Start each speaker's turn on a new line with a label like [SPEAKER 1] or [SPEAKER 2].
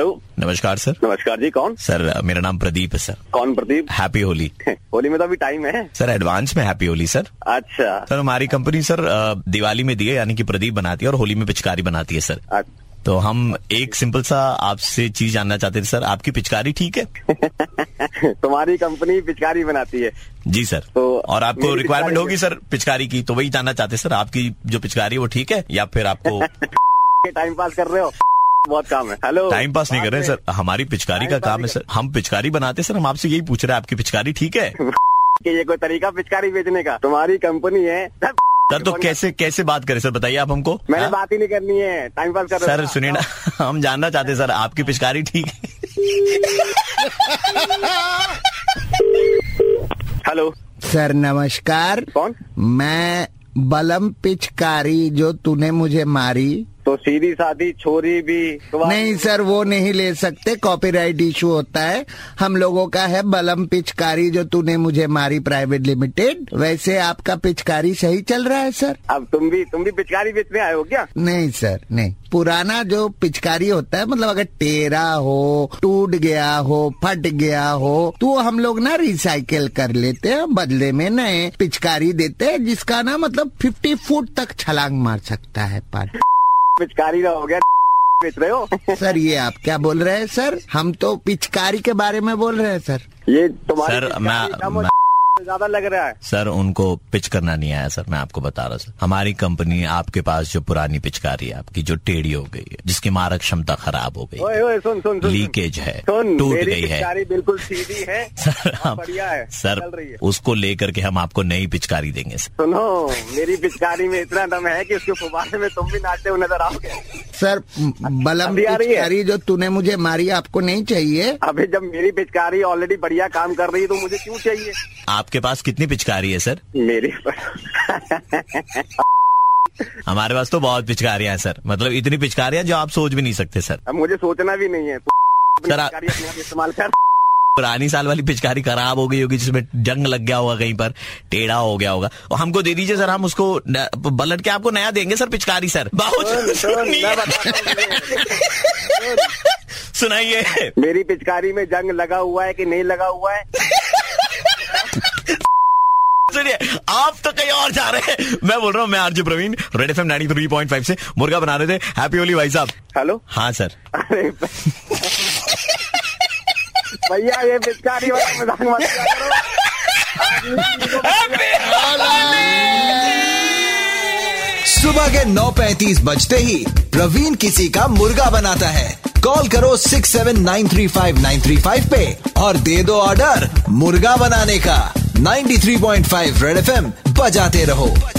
[SPEAKER 1] नमस्कार सर
[SPEAKER 2] नमस्कार जी कौन
[SPEAKER 1] सर मेरा नाम प्रदीप है सर
[SPEAKER 2] कौन प्रदीप
[SPEAKER 1] हैप्पी होली
[SPEAKER 2] होली में तो अभी टाइम है
[SPEAKER 1] सर एडवांस में हैप्पी होली सर
[SPEAKER 2] अच्छा
[SPEAKER 1] सर हमारी कंपनी सर अ, दिवाली में दिए यानी कि प्रदीप बनाती है और होली में पिचकारी बनाती है सर
[SPEAKER 2] अच्छा।
[SPEAKER 1] तो हम एक सिंपल सा आपसे चीज जानना चाहते थे सर आपकी पिचकारी ठीक है
[SPEAKER 2] तुम्हारी कंपनी पिचकारी बनाती है
[SPEAKER 1] जी सर
[SPEAKER 2] तो
[SPEAKER 1] और आपको
[SPEAKER 2] मेरी
[SPEAKER 1] रिक्वायरमेंट
[SPEAKER 2] पिचकारी-
[SPEAKER 1] होगी सर पिचकारी की तो वही जानना चाहते सर आपकी जो पिचकारी है वो ठीक है या फिर आपको
[SPEAKER 2] तो ये टाइम पास कर रहे हो बहुत काम है हेलो
[SPEAKER 1] टाइम पास नहीं कर रहे हैं सर हमारी पिचकारी का
[SPEAKER 2] Time pass
[SPEAKER 1] काम है
[SPEAKER 2] नहीं
[SPEAKER 1] सर हम पिचकारी बनाते हैं सर हम आपसे यही पूछ रहे हैं आपकी पिचकारी ठीक है
[SPEAKER 2] कि ये कोई तरीका पिचकारी बेचने का तुम्हारी कंपनी है सर,
[SPEAKER 1] सर तो कैसे कैसे बात करें सर बताइए आप हमको
[SPEAKER 2] मैंने
[SPEAKER 1] हाँ?
[SPEAKER 2] बात ही नहीं करनी है टाइम पास कर रहे हो
[SPEAKER 1] सर
[SPEAKER 2] ना?
[SPEAKER 1] सुनिए ना
[SPEAKER 2] हाँ।
[SPEAKER 1] हम जानना चाहते हैं सर आपकी पिचकारी ठीक है
[SPEAKER 2] हेलो
[SPEAKER 3] सर नमस्कार
[SPEAKER 2] कौन
[SPEAKER 3] मैं बलम पिचकारी जो तूने मुझे मारी
[SPEAKER 2] तो सीधी साधी छोरी भी तुम्हारी-
[SPEAKER 3] नहीं सर वो नहीं ले सकते कॉपीराइट इशू होता है हम लोगों का है बलम पिचकारी जो तूने मुझे मारी प्राइवेट लिमिटेड वैसे आपका पिचकारी सही चल रहा है सर
[SPEAKER 2] अब तुम भी तुम भी पिचकारी बेचने आए हो क्या
[SPEAKER 3] नहीं सर नहीं पुराना जो पिचकारी होता है मतलब अगर टेरा हो टूट गया हो फट गया हो तो हम लोग ना रिसाइकल कर लेते हैं बदले में नए पिचकारी देते हैं जिसका ना मतलब 50 फुट तक छलांग मार सकता है पर
[SPEAKER 2] पिचकारी ना हो गया बेच रहे हो
[SPEAKER 3] सर ये आप क्या बोल रहे हैं सर हम तो पिचकारी के बारे में बोल रहे हैं सर
[SPEAKER 2] ये तुम्हारी
[SPEAKER 1] सर,
[SPEAKER 2] पिचकारी
[SPEAKER 1] मैं-
[SPEAKER 2] कम और ज्यादा लग रहा है
[SPEAKER 1] सर उनको पिच करना नहीं आया सर मैं आपको बता रहा हूँ सर हमारी कंपनी आपके पास जो पुरानी पिचकारी है आपकी जो टेढ़ी हो गई है जिसकी मारक क्षमता खराब हो गई
[SPEAKER 2] ओए
[SPEAKER 1] है,
[SPEAKER 2] ओए सुन सुन सुन
[SPEAKER 1] लीकेज है
[SPEAKER 2] सुन
[SPEAKER 1] टूट
[SPEAKER 2] मेरी
[SPEAKER 1] गई है
[SPEAKER 2] पिचकारी बिल्कुल सीधी है
[SPEAKER 1] सर
[SPEAKER 2] हाँ,
[SPEAKER 1] आप
[SPEAKER 2] बढ़िया है
[SPEAKER 1] सर
[SPEAKER 2] चल रही है
[SPEAKER 1] उसको लेकर के हम आपको नई पिचकारी देंगे सर
[SPEAKER 2] सुनो मेरी पिचकारी में इतना दम है कि उसके फुब्बारे में तुम भी नाचते हुए नजर आओगे
[SPEAKER 3] सर बलम
[SPEAKER 2] अभी आ रही है?
[SPEAKER 3] पिचकारी जो तूने मुझे मारी आपको नहीं चाहिए
[SPEAKER 2] अभी जब मेरी पिचकारी ऑलरेडी बढ़िया काम कर रही है तो मुझे क्यों चाहिए
[SPEAKER 1] आपके पास कितनी पिचकारी है सर
[SPEAKER 2] मेरे
[SPEAKER 1] हमारे पास तो बहुत पिचकारियां हैं सर मतलब इतनी पिचकारियां जो आप सोच भी नहीं सकते सर
[SPEAKER 2] अब मुझे सोचना भी नहीं है तू अपनी
[SPEAKER 1] सर, आप-
[SPEAKER 2] पिचकारी अपने आप इस्तेमाल कर
[SPEAKER 1] पुरानी साल वाली पिचकारी खराब हो गई होगी जिसमें जंग लग गया होगा कहीं पर टेढ़ा हो गया होगा और हमको दे दीजिए सर हम उसको न- पलट के आपको नया देंगे सर पिचकारी सर
[SPEAKER 2] सुन,
[SPEAKER 1] बहुत
[SPEAKER 2] सुन, मैं
[SPEAKER 1] सुनिए।
[SPEAKER 2] बताता हूँ तुझे।
[SPEAKER 1] सुनाइए
[SPEAKER 2] मेरी पिचकारी में जंग लगा हुआ है कि नहीं लगा हुआ है
[SPEAKER 1] सुनिए आप तो कहीं और जा रहे हैं मैं बोल रहा हूँ मैं RJ Praveen red F M से मुर्गा बना रहे थे हैप्पी होली भाई साहब
[SPEAKER 2] हेलो
[SPEAKER 1] हाँ सर
[SPEAKER 2] अरे भैया ये पिचकारी वाला मजाक मत किया करो
[SPEAKER 4] सुबह के 9:35 बजते ही प्रवीण किसी का मुर्गा बनाता है कॉल करो 6793593 पे और दे दो ऑर्डर मुर्गा बनाने का 93.5 रेड एफएम बजाते रहो